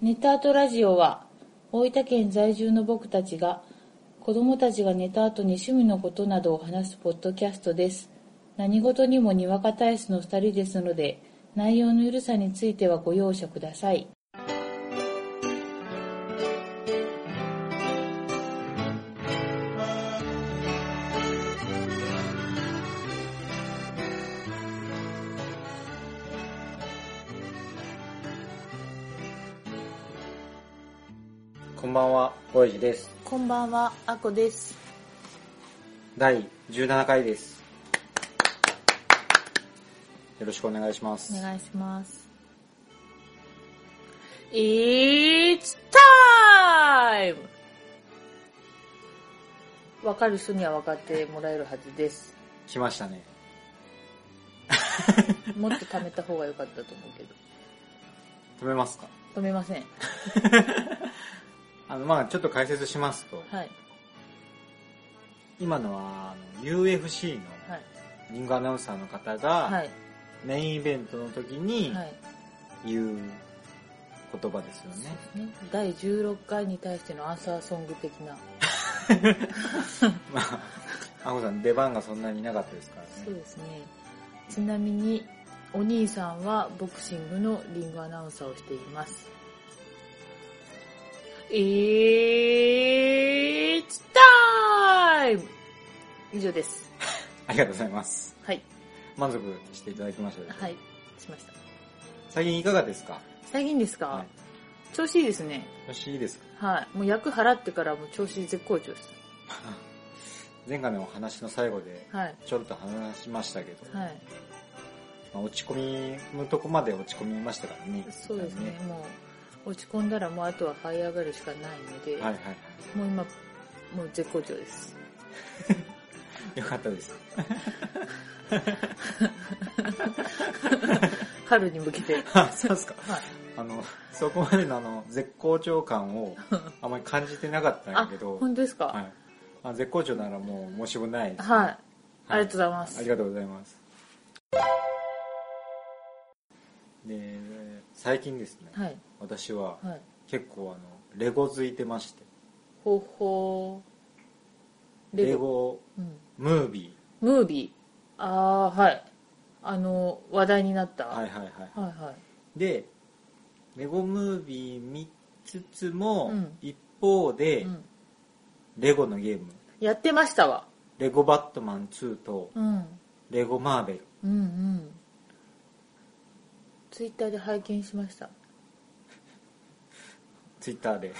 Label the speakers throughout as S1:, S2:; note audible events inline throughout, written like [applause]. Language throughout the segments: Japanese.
S1: ネタアートラジオは大分県在住の僕たちが子供たちが寝た後に趣味のことなどを話すポッドキャストです何事にもにわか体質の2人ですので内容のゆるさについてはご容赦ください
S2: こんばんは、おやじです。
S1: こんばんはあこです
S2: 第17回です。よろしくお願いします
S1: お。願いします。It's time! わかる人には分かってもらえるはずです。
S2: 来ましたね。
S1: もっと貯めた方が良かったと思うけど。
S2: 止めますか
S1: 止めません。
S2: あの、まあちょっと解説しますと、
S1: はい。
S2: 今のはあの UFC の
S1: はい。
S2: リングアナウンサーの方
S1: は
S2: が、
S1: い。
S2: メインイベントの時に
S1: はい。
S2: 言う言葉ですよね。
S1: ね第16回に対してのアンサーソング的な。
S2: ま
S1: [laughs]
S2: ああこさん出番がそんなになかったですから
S1: そう
S2: ね。
S1: ですね。ちなみに、お兄さんはボクシングのリングアナウンサーをしています。It's time! 以上です。
S2: ありがとうございます。
S1: はい。
S2: 満足していただきましたでしょうか
S1: はい。しました。
S2: 最近いかがですか
S1: 最近ですか、
S2: はい
S1: 調子いいですね。
S2: よし、いいですか
S1: はい。もう役払ってからもう調子絶好調です。
S2: [laughs] 前回のお話の最後で
S1: はい。
S2: ちょっと話しましたけど、
S1: はい。
S2: まあ落ち込みのとこまで落ち込みましたからね。
S1: そうですね。もう、落ち込んだらもうあとは這い上がるしかないので、
S2: はいはいは
S1: もう今、もう絶好調です。
S2: い。よかっ
S1: [laughs]
S2: たです。
S1: 春に向けて。
S2: あ、そうですか。
S1: はい。
S2: あの、そこまでのあの、絶好調感
S1: [laughs]
S2: をあまり感じてなかったんや
S1: あ
S2: け、ど、
S1: 本当ですか、
S2: は
S1: はい、
S2: い。あ絶好調ならもう申し分ないです、
S1: ありがとうございます。
S2: ありがとうございます。で、最近ですね、
S1: はい。
S2: 私は
S1: はい。
S2: 結構あの、レゴ付いてまして、
S1: ほうほう。
S2: レ。ゴ
S1: うん。
S2: ムービ
S1: ムービー。あー、はい。あの、話題になった。
S2: ー。はい
S1: い。
S2: はいはい。
S1: はいはい。
S2: で、レゴムービー見つつも、
S1: うん
S2: 一方で、
S1: うん。
S2: レゴのゲーム、
S1: やってましたわ。
S2: レゴバットマン2と、
S1: うん。
S2: レゴマーベル。
S1: うんうん。ツイッターで拝見しました。
S2: ツイッターで。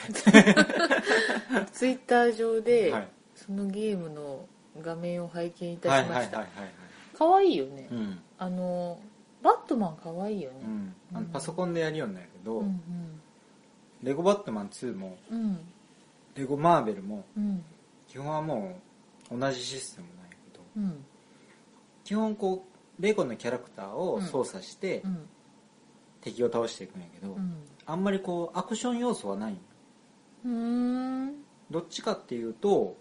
S1: ツイッター上で、
S2: はい
S1: そのゲームの画面を拝見い
S2: は
S1: た
S2: い
S1: し
S2: はい
S1: ま
S2: はい
S1: し
S2: はいは
S1: た
S2: い。。
S1: 可愛いよね。
S2: うん。
S1: あの、バットマン可愛いよね。
S2: うん。あの
S1: うん
S2: パソコンでやるようになるけど、
S1: うん
S2: レゴバットマン2も、
S1: うん。うん。
S2: レゴマーベルも、
S1: うん。
S2: 基本はもう同じシステムなんやけど、
S1: うん。
S2: 基本こう、レゴのキャラクターを操作して、
S1: うん。
S2: 敵を倒していくんやけど、あんまりこう、アクション要素はないんよ
S1: うん。う
S2: どっちかっていうと、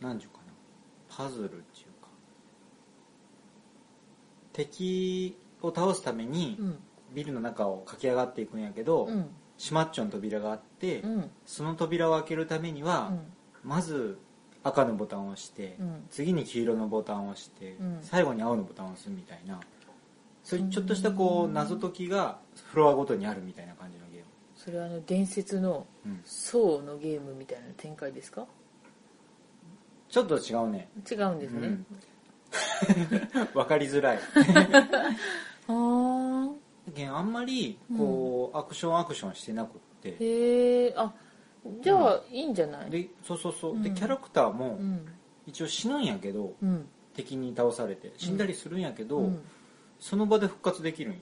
S2: 何ていうかな、パズルっていうか、敵を倒すために
S1: ーん。
S2: ビルの中を駆け上がっていくんやけど、
S1: うん。
S2: シマッチョの扉があって、
S1: うん。
S2: その扉を開けるためには、まず赤のボタンを押して、
S1: うん。
S2: 次に黄色のボタンを押して、
S1: うん
S2: 最後に青のボタンを押すみたいな、そういうちょっとした
S1: う
S2: こ
S1: ー
S2: うん謎解きがフロアごとにあるみたいな感じのゲーム。
S1: それはあの伝説の
S2: うん
S1: 層のゲームみたいな展開ですか
S2: ちょっと違うね。
S1: 違うんですね。
S2: わかりづらい。
S1: あー
S2: けんあんまりこう、アクションアクションしてなくって
S1: へえ。あ、じゃあいいんじゃない
S2: でそうそうそう、
S1: う
S2: で
S1: ん
S2: キャラクターも
S1: うん。
S2: 一応死ぬんやけど、
S1: うん。
S2: 敵に倒されて死んだりするんやけど、
S1: うん
S2: その場で復活できるんよ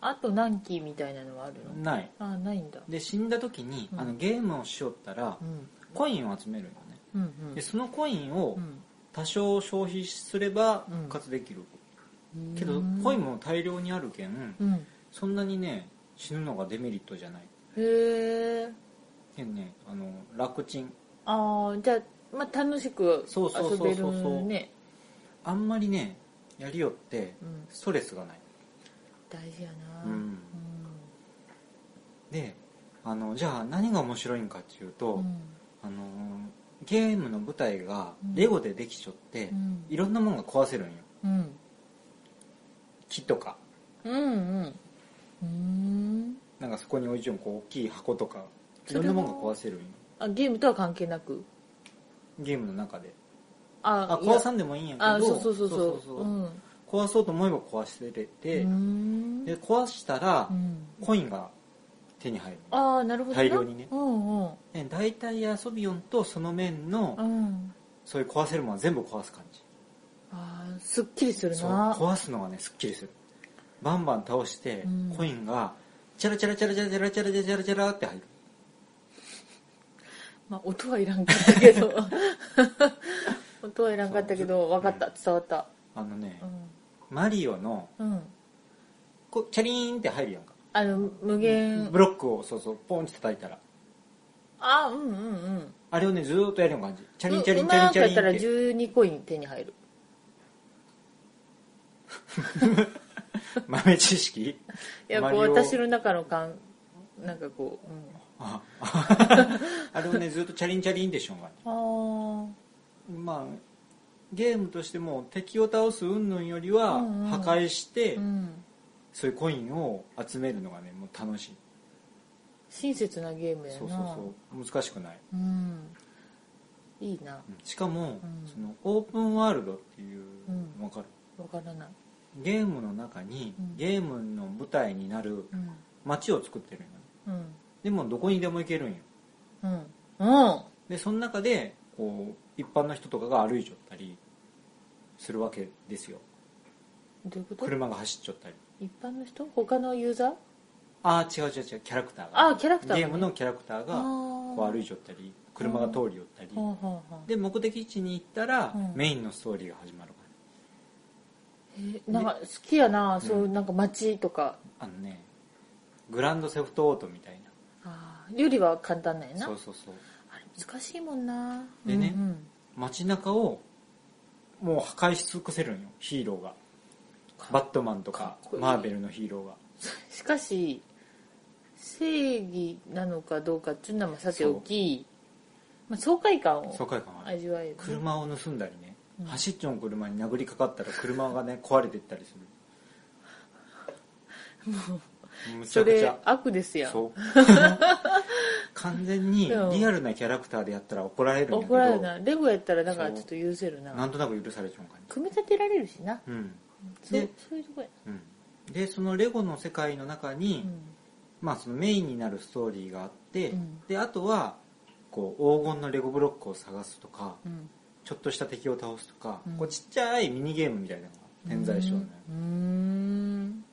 S1: あと何期みたいなのはあるの
S2: ない
S1: あ、ないんだ。
S2: で死んだ時に、
S1: うん
S2: あのゲームをしよったら、
S1: うん。
S2: コインを集めるんよね
S1: うん
S2: でそのコインを
S1: うん。
S2: 多少消費すれば
S1: うん
S2: 復活できる、
S1: うん。
S2: けどコインも大量にあるけん、
S1: うん。
S2: そんなにね死ぬのがデメリットじゃない
S1: へえ。
S2: けんねあの楽ちん
S1: ああ、じゃあ、まあ楽しく
S2: そうそうそ
S1: 遊
S2: うそう
S1: べるね。
S2: あんまりねやりよって
S1: うん。
S2: ストレスがない、
S1: 大事やな。
S2: うんであのじゃあ何が面白いんかっていうと、
S1: うん
S2: あのゲームの舞台がレゴでできちょって、
S1: うん
S2: いろんなものが壊せるんよ
S1: うん
S2: 木とか
S1: うんうんうーん
S2: なんかそこに置いちょんこう大きい箱とかい
S1: それ
S2: ろ
S1: も
S2: んなものが壊せるんよ
S1: あゲームとは関係なく
S2: ゲームの中であ
S1: あいや
S2: 壊さんでもいいんやけど
S1: あそうそうそうそう
S2: そううん壊そうと思えば壊せれて、
S1: うーん
S2: で壊したら
S1: うん
S2: コインが手に入るの、
S1: ああなるほどな
S2: 大量にね
S1: うんうん
S2: で大体遊びよんとその面の
S1: うん
S2: そういう壊せるものは全部壊す感じ
S1: ああすっきりする
S2: そう
S1: な
S2: 壊すのがねすっきりするバンバン倒して、
S1: うん
S2: コインがチャラチャラチャラチャラチャラチャラチャラチャラチャラって入る
S1: まあ音はいらんかったけ
S2: [laughs]
S1: ど [laughs] 音はいらんかったけど分かった伝わった
S2: あのね、
S1: うん
S2: マリオの
S1: うん
S2: こうチャリーンって入るやんか
S1: あの無限
S2: ブロックをそうそうポンって叩いたら
S1: あうんうんうん
S2: あれをねずーっとやるような感じチャリンチャリ
S1: う
S2: ンチ
S1: ま
S2: ャリン
S1: く
S2: チ
S1: や
S2: ャ
S1: ったら
S2: リンって
S1: 12コイン手に入る
S2: 豆知識
S1: いやこ
S2: マ
S1: う
S2: リオ
S1: 私の中の感なんかこう、うん、
S2: ああれをねずーっとチャリンチャリンってしょんがね
S1: あー
S2: まあゲームとしても敵を倒す云々よりは
S1: うんうん
S2: 破壊して、
S1: うん
S2: そういうコインを集めるのがねもう楽しい
S1: 親切なゲームやな
S2: そうそうそう難しくない、
S1: うんいいな
S2: うんしか
S1: う
S2: も、
S1: ん
S2: そのオープンワールドっていう、
S1: うん
S2: わかる
S1: わからない、
S2: ゲームの中に、
S1: うん
S2: ゲームの舞台になる
S1: うん
S2: 街を作ってるんよね
S1: うん
S2: でもどこにでも行けるんよ
S1: うんうん
S2: でその中でこう一般の人とかが歩いちょったりするわけですよ
S1: どういうこと
S2: 車が走っちょったり
S1: 一般の人他のユーザー
S2: ああ違う違う違うキャラクターが
S1: あキャラクターがね
S2: ゲームのキャラクターがこう歩いちょったり車が通り寄ったり、
S1: はあはあはあ
S2: で目的地に行ったら、
S1: うん
S2: メインのストーリーが始まるか
S1: えなんか好きやな、そうなんか街とから
S2: あのねグランドセフトオートみたい
S1: あーよりは簡単なんや
S2: な
S1: な
S2: そうそうそう
S1: あれ難しいもんな
S2: でね
S1: うんうん
S2: 街中をもう破壊し尽くせるんよヒーローがバットマンと
S1: か
S2: か
S1: っこいい
S2: マーベルのヒーローが
S1: しかし正義なのかどうかっていうのはまあさておきまあ、爽快感
S2: 爽
S1: を
S2: 快感ある
S1: 味わえる
S2: 車を盗んだりね、
S1: うん
S2: 走っちょん車に殴りかかったら車がね壊れてったりするむち
S1: そ
S2: ゃくち
S1: れ
S2: ゃ
S1: 悪ですやん [laughs]
S2: そう完全にリアルなキャラクターでやったら怒られるんだけど
S1: 怒られるなレゴやったらなんか
S2: そう
S1: ちょっと許せる
S2: な
S1: なん
S2: となく許されちゃう感じ
S1: 組み立てられるしな
S2: うん、
S1: そう
S2: で
S1: そういうとこや
S2: うん、でそのレゴの世界の中に、まあ、そのメインになるストーリーがあって、
S1: うん
S2: であとはこう黄金のレゴブロックを探すとか
S1: うん
S2: ちょっとした敵を倒すとか、
S1: うん
S2: こうちっちゃいミニゲームみたいなのが点在しようね、
S1: うんうん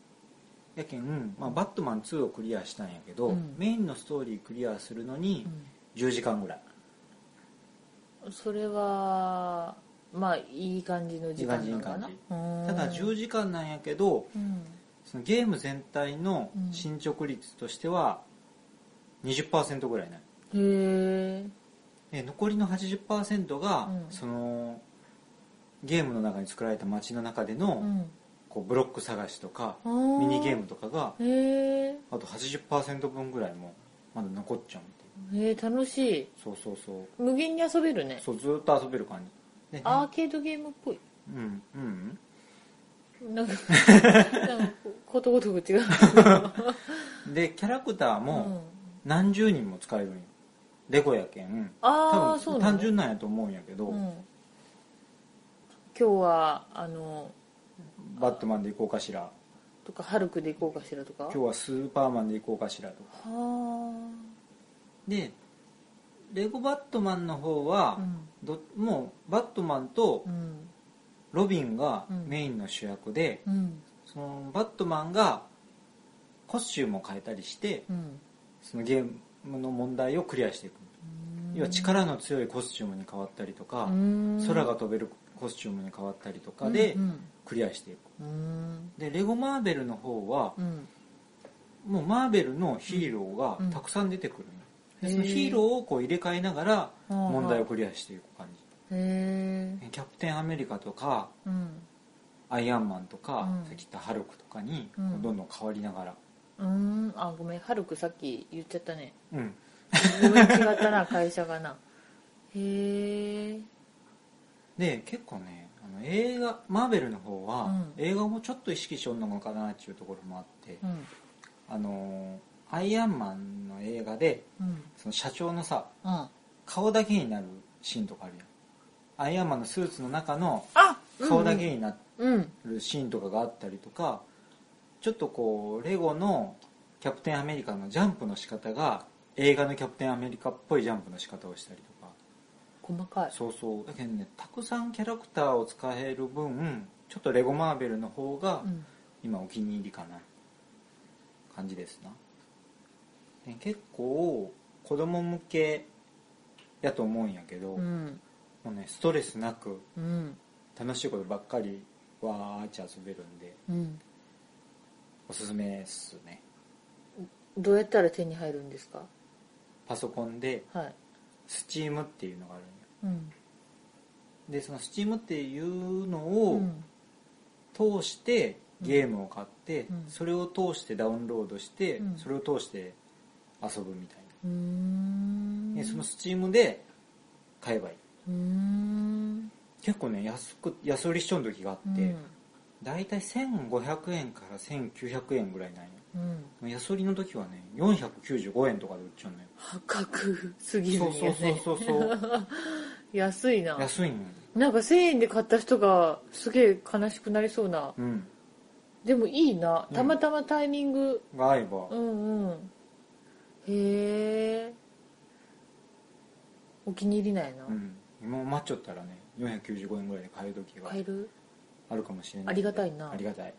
S2: やけん、まあ、バットマン2をクリアしたんやけど、
S1: うん
S2: メインのストーリークリアするのに10時間ぐらい
S1: うんそれはまあいい感じの時間なのかない
S2: いただ10時間なんやけど
S1: うん
S2: そのゲーム全体の進捗率としては20%ぐらいない
S1: へえ
S2: で残りの80%が、
S1: うん
S2: そのゲームの中に作られた街の中での、
S1: うん
S2: こうブロック探しとか
S1: あー
S2: ミニゲームとかが
S1: へえ
S2: あと80%分ぐらいもまだ残っちゃうみたい
S1: へえ楽しい
S2: なそうそうそう
S1: 無限に遊べるね
S2: そうずーっと遊べる感じでね
S1: アーケードゲームっぽい
S2: うんうん
S1: なん
S2: [laughs]
S1: かなんかことごとく違う
S2: うんでキャラクター
S1: うん
S2: も何十人も使えるんよレゴやけん
S1: あ
S2: 多
S1: あそう
S2: 分
S1: なの
S2: 単純なんやと思うんやけど、
S1: うん今日はあの
S2: バットマンで行こうかしら
S1: とかハルクで行こうかしらとか
S2: 今日はスーパーマンで行こうかしらとか
S1: は
S2: でレゴバットマンの方
S1: あ
S2: は
S1: う、ん
S2: どもうバットマンと
S1: うん
S2: ロビンがメインの主役で、
S1: うん
S2: そのバットマンがコスチュームを変えたりして
S1: うん
S2: そのゲームの問題をクリアしていく要は力の強いコスチュームに変わったりとか空
S1: 空
S2: が飛べるコスチュームに変わったりとかで
S1: うん
S2: クリアしていく
S1: うん
S2: でレゴマーベルの方は
S1: うん
S2: もうマーベルのヒーロ
S1: う
S2: ー
S1: ん
S2: がたくさん出てくる
S1: うん
S2: のでそのヒーローをこう入れ替えながら
S1: うん
S2: 問題をクリアしていく感
S1: へえ
S2: じキャプテンアメリカとか
S1: うん
S2: アイアンマンとか
S1: うん
S2: さっき言ったハルクとかに
S1: うん
S2: どんどん変わりながら
S1: うーんあごめんハルクさっき言っちゃった
S2: [laughs]
S1: ね
S2: うん
S1: ごめん違ったな会社がなへえ
S2: で結構ねあの映画マーベルの方は、
S1: うん
S2: 映画もちょっと意識しよんのかなっていうところもあって、
S1: うん
S2: あのーアイアンマンの映画で
S1: うん
S2: その社長のさ
S1: うん
S2: 顔だけになるシーンとかあるやんアイアンマンのスーツの中の
S1: あ
S2: 顔だけにな
S1: うん
S2: るシーンとかがあったりとか、ちょっとこうレゴのキャプテンアメリカのジャンプの仕方が映画のキャプテンアメリカっぽいジャンプの仕方をしたりとか
S1: 細かい
S2: そうそうだけどねたくさんキャラクターを使える分ちょっとレゴマーベルの方が
S1: うん
S2: 今お気に入りかな感じですな、ね結構子供向けやと思うんやけど、
S1: う
S2: も
S1: ん
S2: うねストレスなく
S1: うん
S2: 楽しいことばっかりわーっちゃ遊べるんで
S1: うん
S2: おすすめですね
S1: どうやったら手に入るんですか
S2: パソコンで
S1: はい
S2: Steam っていうのがあるんよ
S1: うん
S2: でその Steam っていうのを、
S1: うん
S2: 通してゲームを買って、
S1: うん
S2: それを通してダウンロードして、
S1: うん
S2: それを通して遊ぶみたいう
S1: ーん
S2: な、でその Steam で買えばいいう
S1: ーん
S2: 結構ね安く安売りしちゃう時があって、
S1: うん
S2: だいたい1500円から1900円ぐらいなんよ
S1: うん
S2: 安売りの時はね495円とかで売っちゃうのよ
S1: 破格すぎる
S2: そ
S1: ん
S2: うそ
S1: や
S2: うそう
S1: ね
S2: そう
S1: [laughs]
S2: そう
S1: 安いな
S2: 安いのよ
S1: なんか1000円で買った人がすげえ悲しくなりそうな
S2: うん
S1: でもいいな
S2: うん
S1: たまたまタイミング、
S2: が合えば
S1: うん、うんへえお気に入りないな、
S2: うん今待っちゃったらね495円ぐらいで買える時が
S1: 買える
S2: あるかもしれない
S1: ありがたいな
S2: ありがたい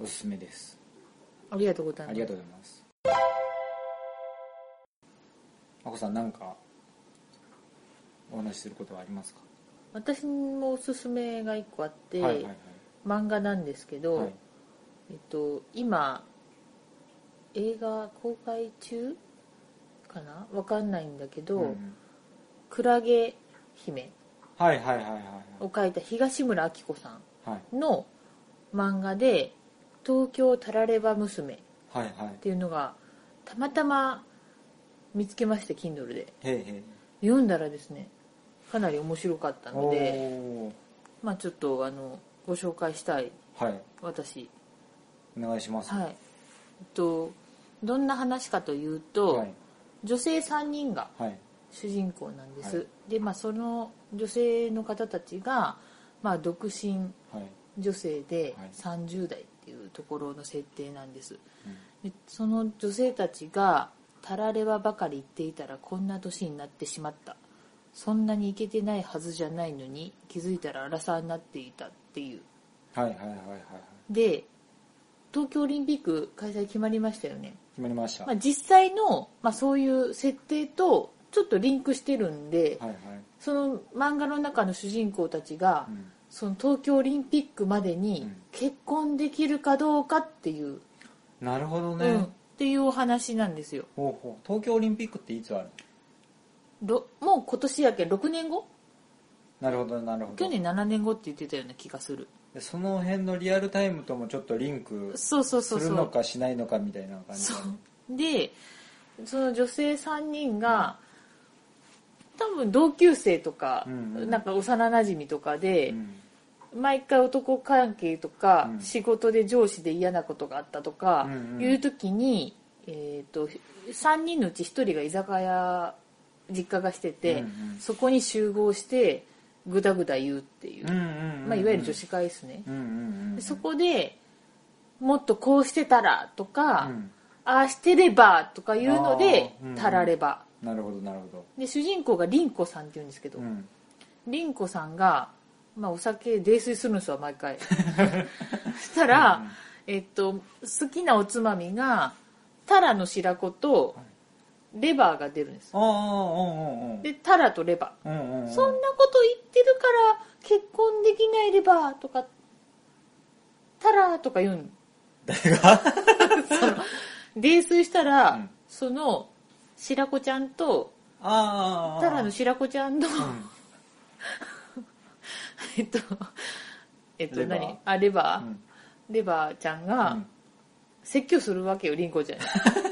S2: おすすめです
S1: ありがとうございます
S2: ありがとうございますまこさんなんかお話しすることはありますか
S1: 私もおすすめが1個あって、
S2: はいはいはい
S1: 漫画なんですけど、
S2: はい
S1: えっと、今映画公開中かなわかんないんだけど、
S2: うんうん
S1: クラゲ姫
S2: はいはいはいはいは
S1: を描いた東村明子さ
S2: いはい
S1: んの漫画で「東京タラレバ娘」っ
S2: はいはい
S1: ていうのがたまたま見つけまして Kindle で
S2: へいへい
S1: 読んだらですねかなり面白かったの
S2: お
S1: で
S2: ー
S1: まあちょっとあのご紹介したい
S2: はい
S1: 私
S2: お願いします
S1: はいえっとどんな話かというと、
S2: はい
S1: 女性3人が
S2: はい
S1: 主人公なんです、
S2: は
S1: でまあその女性の方たちが、まあ、独身
S2: はい
S1: 女性で
S2: はい
S1: 30代っていうところの設定なんです、でその女性たちがたらればばかり言っていたらこんな年になってしまったそんなにイケてないはずじゃないのに気づいたら荒さになっていたっていう
S2: はいはいはいはいはい
S1: で東京オリンピック開催決まりましたよね、
S2: 決まりました
S1: ま
S2: は
S1: あ、
S2: い
S1: 実際の、まあ、そういう設定とちょっとリンクしてるんで、
S2: はい
S1: その漫画の中の主人公たちが、
S2: うん
S1: その東京オリンピックまで
S2: う
S1: に
S2: ん
S1: 結婚できるかどうかっていう、
S2: なるほど
S1: うんっ
S2: ね
S1: ていうお話なんですよ
S2: ほうほう東京オリンピックっていつある
S1: ろもう今年やけん6年後
S2: なるほどなるほど
S1: 去年7年後って言ってたような気がする
S2: でその辺のリアルタイムともちょっとリンク
S1: そうそう
S2: す
S1: そう
S2: る
S1: そ
S2: の
S1: う
S2: かしないのかみたいな感じ
S1: そ
S2: だね
S1: うでその女性3人が、多分同級生とか、
S2: うんうん
S1: なんか幼なじみとかで、
S2: うん
S1: 毎回男関係とか、
S2: うん
S1: 仕事で上司で嫌なことがあったとか
S2: うんうん
S1: いう時に、えー、と3人のうち1人が居酒屋実家がしてて、
S2: うんうん
S1: そこに集合してグダグダ言うっていう、
S2: うんうんうん
S1: まあ、いわゆる女子会ですね、
S2: うんうんう
S1: で
S2: ん
S1: そこでもっとこうしてたらとか、
S2: うん
S1: ああしてればとかいうので
S2: あーうんうん
S1: たられば
S2: なるほどなるほ
S1: で主人公が凛子さんっていうんですけど、
S2: どうん
S1: 凛子さんが、まあ、お酒泥酔するんですよ毎
S2: [laughs]
S1: 回そしたら、えっと、好きなおつまみがタラの白子とレバーが出るんです
S2: ああうんうんうん
S1: でタラとレバ
S2: うんうんう
S1: ー
S2: ん
S1: そんなこと言ってるから結婚できないレバーとかタラとか言うん
S2: 誰が
S1: 泥酔したら、
S2: うん
S1: その白子ちゃんと
S2: ああ
S1: タラの白子ちゃんの、 [laughs] えっとえっと
S2: レバー
S1: 何あレバー、
S2: うん
S1: レバーちゃんが、
S2: うん
S1: 説教するわけよ、リンコちゃん
S2: [laughs]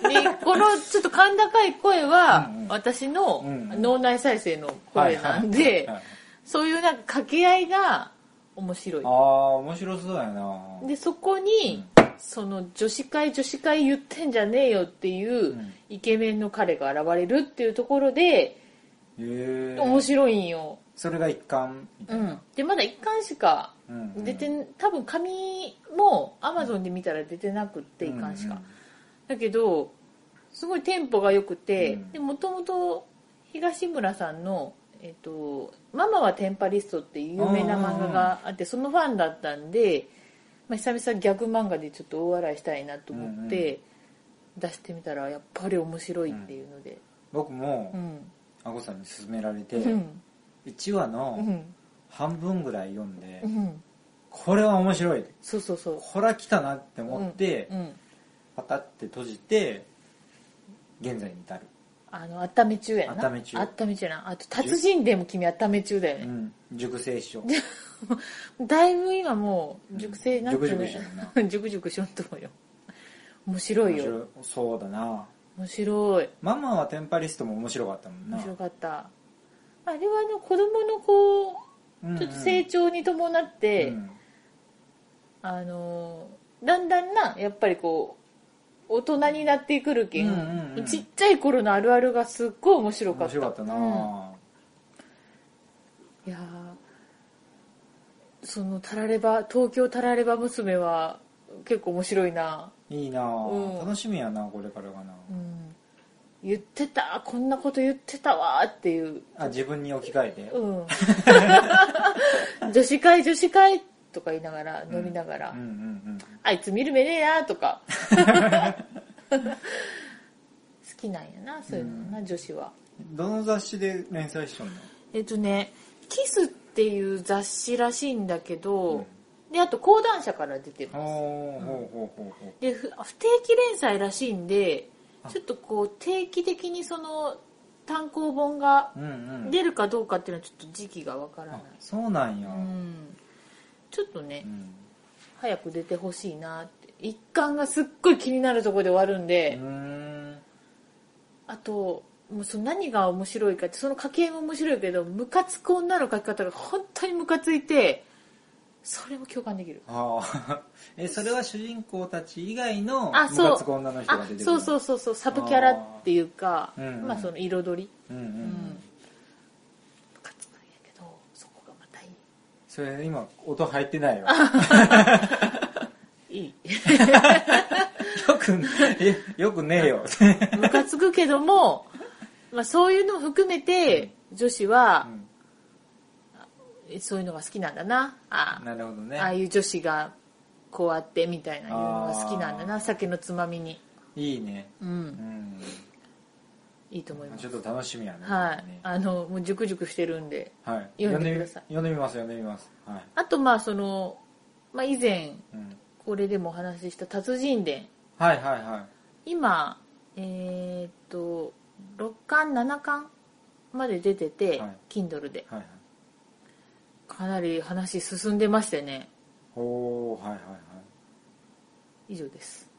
S1: に。で、このちょっと甲高い声は
S2: うんうん、
S1: 私の
S2: うんうん
S1: 脳内再生の声なんで
S2: はいはいはいはい、
S1: そういうなんか掛け合いが面白い
S2: あ。あ面白そうやな
S1: で、そこに、その女子会女子会言ってんじゃねえよっていう
S2: うん
S1: イケメンの彼が現れるっていうところで、
S2: へえ
S1: 面白いんよ。
S2: それが一貫
S1: うん。で、まだ一巻しか
S2: うんうん
S1: 出てん、多分紙も Amazon で見たら出てなくって一巻しか。だけどすごいテンポが良くて
S2: うん
S1: でもともと東村さんの、えっと「ママはテンパリスト」っていう有名な漫画があってそのファンだったんで、まあ、久々逆漫画でちょっと大笑いしたいなと思って出してみたらやっぱり面白いっていうので
S2: 僕も
S1: うん
S2: あこさんに勧められて、
S1: うん
S2: 1話
S1: う
S2: の
S1: ん
S2: 半分ぐらい読んで、
S1: うん
S2: これは面白い
S1: そうそうそう
S2: これは来たなって思って、
S1: うんうん
S2: パタって閉じて現在に至る、
S1: あの温め中やな
S2: 温め中
S1: 温め中やなあと達人でも君温め中だよ
S2: う
S1: ね
S2: ん、熟成師匠
S1: だいぶ今もう熟成になって
S2: うん熟
S1: ね
S2: 々しよう
S1: 熟熟しよんと思うよ面白い
S2: 面白
S1: よ
S2: いそうだな
S1: 面白い
S2: ママはテンパリストも面白かったもんな
S1: 面白かったあれはあの子供のこ
S2: う
S1: う
S2: んう
S1: んちょっと成長に伴って、
S2: うん
S1: あのだんだんなやっぱりこう大人になってくるけん,、
S2: うんうんうん
S1: ちっちゃい頃のあるあるがすっごい面白か
S2: 面
S1: った
S2: 白かったな、
S1: うんいやーそのタラレバ東京タラレバ娘は結構面白いない
S2: いな、
S1: うん
S2: 楽しみやなこれからがな、
S1: うん言ってたこんなこと言ってたわーっていう、
S2: あ自分に置き換えて、
S1: うん、女子会女子会とか言いながら飲みながら、
S2: うんうん
S1: あいつ見る目ねえなとか好きなんやなそういうのな、女子は
S2: うんどの雑誌で連載しとんの
S1: えっとね「キス」っていう雑誌らしいんだけど、であと講談社から出てます
S2: ほうほうほうほうほう
S1: でふ不定期連載らしいんでちょっとこう定期的にその単行本が
S2: うんうん
S1: 出るかどうかっていうのはちょっと時期がわからない、
S2: あそうなんや、
S1: うん、ちょっとね、
S2: うん
S1: 早く出てほしいなって一巻がすっごい気になるところで終わるん
S2: う
S1: で、
S2: ん
S1: あともうその何が面白いかってその家系も面白いけどムカつく女の描き方が本当にムカついてそれも共感できる
S2: ああ [laughs] えそれは主人公たち以外のム
S1: あそう
S2: カつく女の人が
S1: あ
S2: 出てくる
S1: そうそううそうそうサブキャラっていうか
S2: あーうんうん
S1: まあその彩り
S2: うんうん、う
S1: うんム
S2: ん、
S1: カつくんやけどそこがまたい
S2: それ今音入ってないよ
S1: いいい
S2: よく
S1: [laughs]
S2: えよくねえよ
S1: いムカつくけども、まあ、そういうのも含めて女子は、
S2: うん
S1: そういうのが好きなんだな。ああ
S2: なるほどね
S1: ああいう女子がこうあってみたいないうのが好きなんだ
S2: あ
S1: な。
S2: ー
S1: 酒のつまみに。
S2: いいね
S1: う。
S2: うんん
S1: いいと思いま
S2: ち
S1: す
S2: ょっ。と楽しみやね
S1: はい
S2: ね。
S1: あの、もう熟々してるんで。
S2: はい、
S1: 読んでください
S2: 読んでみ読んでみます読んでみますはい、
S1: あと、まあ、その、まあ、以前、
S2: うん、
S1: これでもお話しした達人伝。
S2: はいはいはい
S1: 今、えーっと、6巻、7巻まで出てて、
S2: はい
S1: Kindle で。
S2: はいはい
S1: かなり話進んでましてね。
S2: おーはいはいはい
S1: 以上です。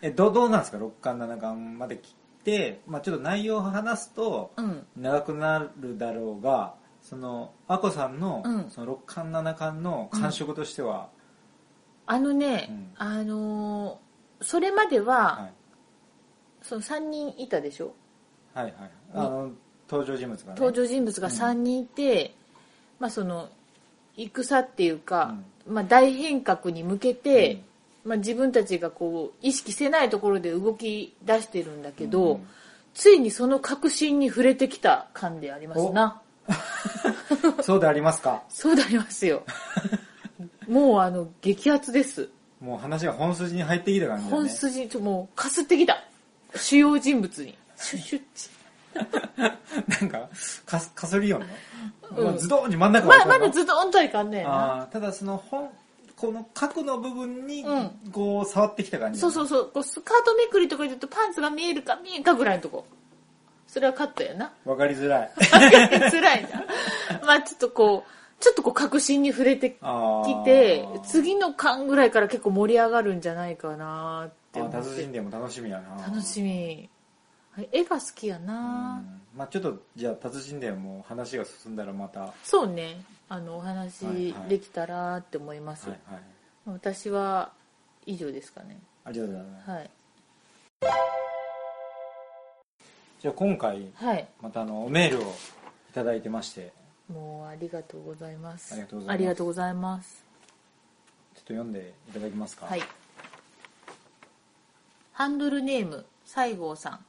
S2: えどどうなんですか6巻7巻まで切って、まあ、ちょっと内容を話すと
S1: うん。
S2: 長くなるだろうがそのあこさんの,、
S1: うん
S2: その6巻7巻の感触としては、
S1: あのね、
S2: うん
S1: あのーそれまでは、
S2: はい、
S1: その3人いたでしょ
S2: はいはいあの登場人物がね
S1: 登場人物が3人いて、まあその戦っていうか、まあ、大変革に向けて、まあ、自分たちがこう意識してないところで動き出してるんだけど、
S2: うん
S1: ついにその確信に触れてきた感でありますな
S2: そうでありますか
S1: そうであります [laughs] よもうあの激アツです
S2: もう話が本筋に入ってきた感じだね
S1: 本筋ちょもうかすってきた主要人物にシュッシュッチ
S2: なんかかすかすりよんの、
S1: うん
S2: もうズドンに真ん中
S1: ま
S2: が
S1: あま
S2: の
S1: だずっとオンとはいかんねえな
S2: あーただその本この角の部分に
S1: う
S2: こう触ってきた感じ、
S1: そうそうそう、こうスカートめくりとかで言うとパンツが見えるか見えんかぐらいのとこ。
S2: [laughs]
S1: それはカットやな。 [laughs]
S2: わかりづらい
S1: 辛いな。まあちょっとこう、ちょっとこう確信に触れてき
S2: あー
S1: て次の巻ぐらいから結構盛り上がるんじゃないかなって
S2: あ
S1: 思っ
S2: 達
S1: て
S2: 人でも楽しみやな
S1: 楽しみはい絵が好きや
S2: うん
S1: な、
S2: まあちょっとじゃあ達人でも話が進んだらまたは
S1: そうねあのお
S2: はい
S1: 話
S2: はい
S1: できたらって思いま
S2: い
S1: す、
S2: はい
S1: 私は以上ですかね
S2: ありがとうございます、
S1: はい
S2: じゃあ今回
S1: はい
S2: またあのメールをいただいてまして
S1: もうありがとうございます
S2: ありがとうございます
S1: ありがとうございます
S2: ちょっと読んでいただけますか
S1: はいハンドルネーム西郷さん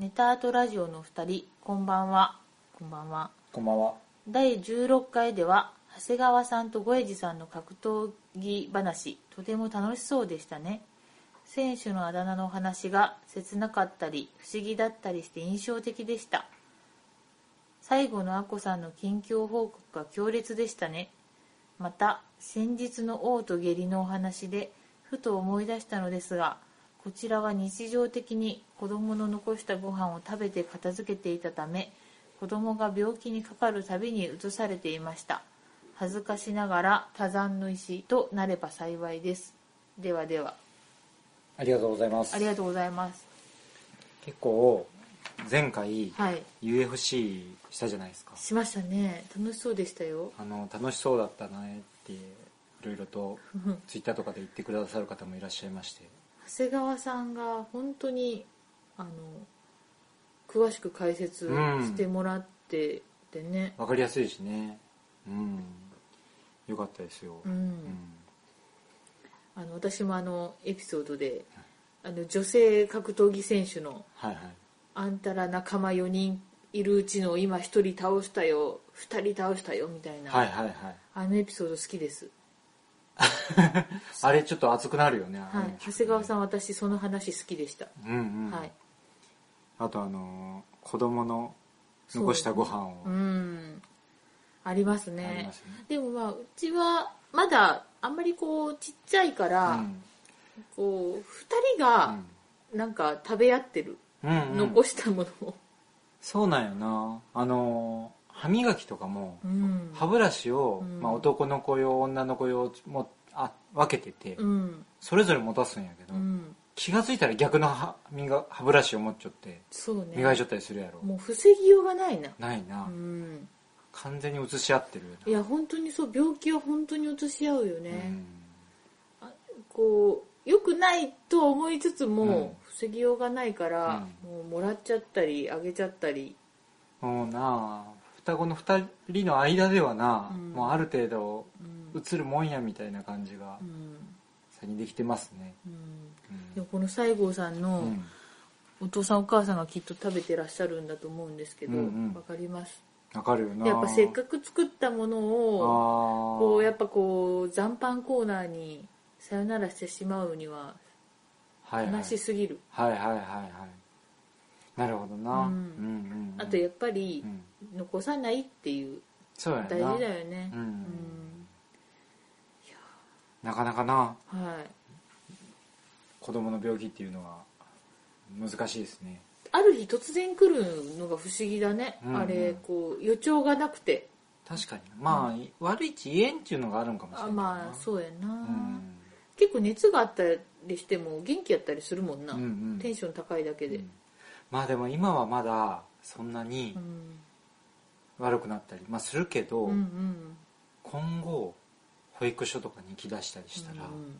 S1: ネタアートラジオの2人こんばんはこんばんは
S2: こんばんは
S1: 第16回では長谷川さんと五右衛二さんの格闘技話とても楽しそうでしたね選手のあだ名の話が切なかったり不思議だったりして印象的でした最後のあこさんの近況報告が強烈でしたねまた先日の王と下痢のお話でふと思い出したのですがこちらは日常的に子供の残したご飯を食べて片付けていたため子供が病気にかかるたびに移されていました恥ずかしながら多山の石となれば幸いですではでは
S2: ありがとうございます
S1: ありがとうございます
S2: 結構前回
S1: はい
S2: UFC したじゃないですか
S1: しましたね楽しそうでしたよ
S2: あの楽しそうだったねっていろいろとツイッターとかで言ってくださる方もいらっしゃいまして
S1: 長谷川さんが本当にあの詳しく解説してもらっててね、
S2: 分かりやすいしねうんよかったですよ、
S1: うんあの私もあのエピソードであの女性格闘技選手の
S2: はいはい
S1: あんたら仲間4人いるうちの今1人倒したよ2人倒したよみたいな、
S2: はいはいはい
S1: あのエピソード好きです、
S2: あれちょっと熱くなるよね、
S1: はい、長谷川さん私その話好きでした、
S2: んうんうん、
S1: はい
S2: あとあのー子供の残したご飯を、
S1: うんあります
S2: あり
S1: ね
S2: ますね
S1: でもまあうちはまだあんまりこうちっちゃいから、
S2: うん
S1: こう2人がなんか食べ合ってる、
S2: うんうん
S1: 残したものを、
S2: そうなんよなあのー歯磨きとかも、
S1: うん
S2: 歯ブラシを、
S1: うん
S2: まあ、男の子用女の子用もあ分けてて、
S1: うん
S2: それぞれ持たすんやけど、
S1: うん
S2: 気がついたら逆の歯磨歯ブラシを持っちゃって
S1: そうね
S2: 磨いちゃったりするやろ、
S1: もう防ぎようがないな
S2: ないな、
S1: うん
S2: 完全に移し合ってるよ
S1: いや本当にそう病気は本当に移し合うよ
S2: な、
S1: ね、こう良くないとは思いつつも、防ぎようがないから、もうもらっちゃったりあげちゃったり
S2: うんもうなあ双子の二人の間ではな、
S1: うん
S2: もうある程度
S1: うん、
S2: 移るもんやみたいな感じが
S1: うん
S2: 最近できてますね、
S1: うん
S2: うん
S1: でもこの西郷さんの、
S2: うん
S1: お父さんお母さんがきっと食べてらっしゃるんだと思うんですけど、
S2: う
S1: わ
S2: んうん
S1: かります
S2: わかるよな
S1: でやっぱせっかく作ったものをこ
S2: こ
S1: うやっぱこう残飯コーナーにさよならしてしまうには
S2: はいはい、
S1: 悲しすぎる、
S2: はいはいはいはいなるほどな、
S1: うん
S2: うんうんうん
S1: あとやっぱり
S2: うん
S1: 残さないっていう
S2: そうやな
S1: 大事だよね
S2: うん、なかなかな
S1: うんはい
S2: 子供の病気っていうのは難しいですね
S1: ある日突然来るのが不思議だね、
S2: うんうん
S1: あれこう予兆がなくて
S2: 確かにまあ、悪い遅延っていうのがあるんかもしれ
S1: あ
S2: ない
S1: まあそうやな、
S2: ううん、
S1: 結構熱があったりしても元気やったりするもんな、
S2: うんうん
S1: テンション高いだけで、
S2: うんまあでも今はまだそんなに
S1: うん
S2: 悪くなったり、まあ、するけど、
S1: うんうん
S2: 今後保育所とかに行き出したりしたら、
S1: うん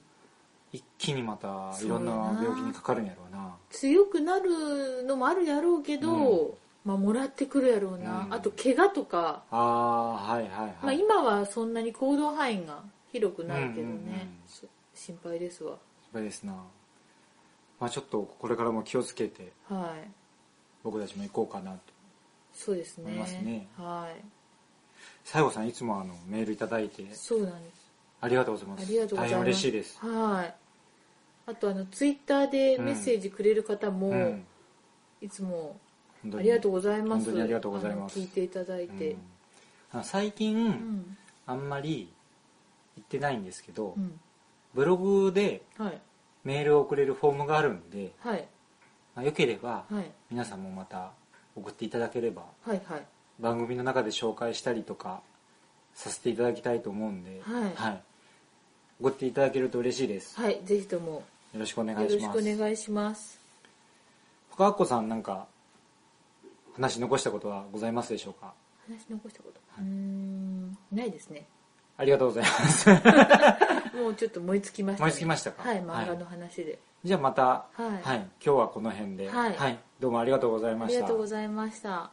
S2: 一気にまたいろんな病気にかかるんやろうな
S1: 強くなるのもあるやろうけど、
S2: う
S1: まあ、もらってくるやろうな、
S2: うん
S1: あと怪我とか、
S2: ああーはいはいはい、
S1: まあ、今はそんなに行動範囲が広くないけどね、
S2: うんうんうん
S1: そ心配ですわ
S2: やっぱりですな、まあ、ちょっとこれからも気をつけて
S1: はい
S2: 僕たちも行こうかなと
S1: そうですね
S2: 思いますね
S1: はい
S2: 西郷さんいつもあのメールいただいて
S1: そうなんです
S2: ありがとうございます
S1: ありがとうございます
S2: 大変嬉しいです、
S1: はいあとあのツイッターでメッセージくれる方も、
S2: うん、
S1: いつも
S2: 本当
S1: あ
S2: に
S1: りがとうございます
S2: 本当にありがとうございます
S1: あの聞いていただいて
S2: うんあの最近、
S1: うん、
S2: あんまり行ってないんですけど、
S1: うん
S2: ブログで
S1: はい
S2: メールを送れるフォームがあるんで、
S1: はい
S2: まあ、よければ
S1: はい
S2: 皆さんもまた送っていただければ
S1: はいはい
S2: 番組の中で紹介したりとかさせていただきたいと思うんで、
S1: はい
S2: ごっていただけると嬉しいです、
S1: はい、ぜひとも
S2: よろしくお願
S1: よ
S2: い
S1: ろ
S2: し
S1: し
S2: ま
S1: くお
S2: す
S1: 願いします。
S2: 深アッコさんなんか話残したことはございますでしょうか
S1: 話残したこと、うーん、ないです
S2: [laughs]
S1: ね。
S2: ありがとうございます
S1: もうちょっと燃え尽きました、ね。
S2: 燃え尽きましたか
S1: はい、
S2: は
S1: 漫
S2: い
S1: 画の話で。
S2: じゃあまた、
S1: はい
S2: 今日はこの辺で、
S1: はい
S2: どうもありがとうござい
S1: あ
S2: まし
S1: り
S2: た
S1: がとうございました。